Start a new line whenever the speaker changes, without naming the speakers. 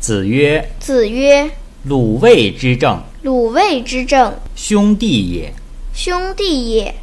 子曰
子曰：“
鲁卫之政，：“
鲁卫之政，
兄弟也。”
兄弟也。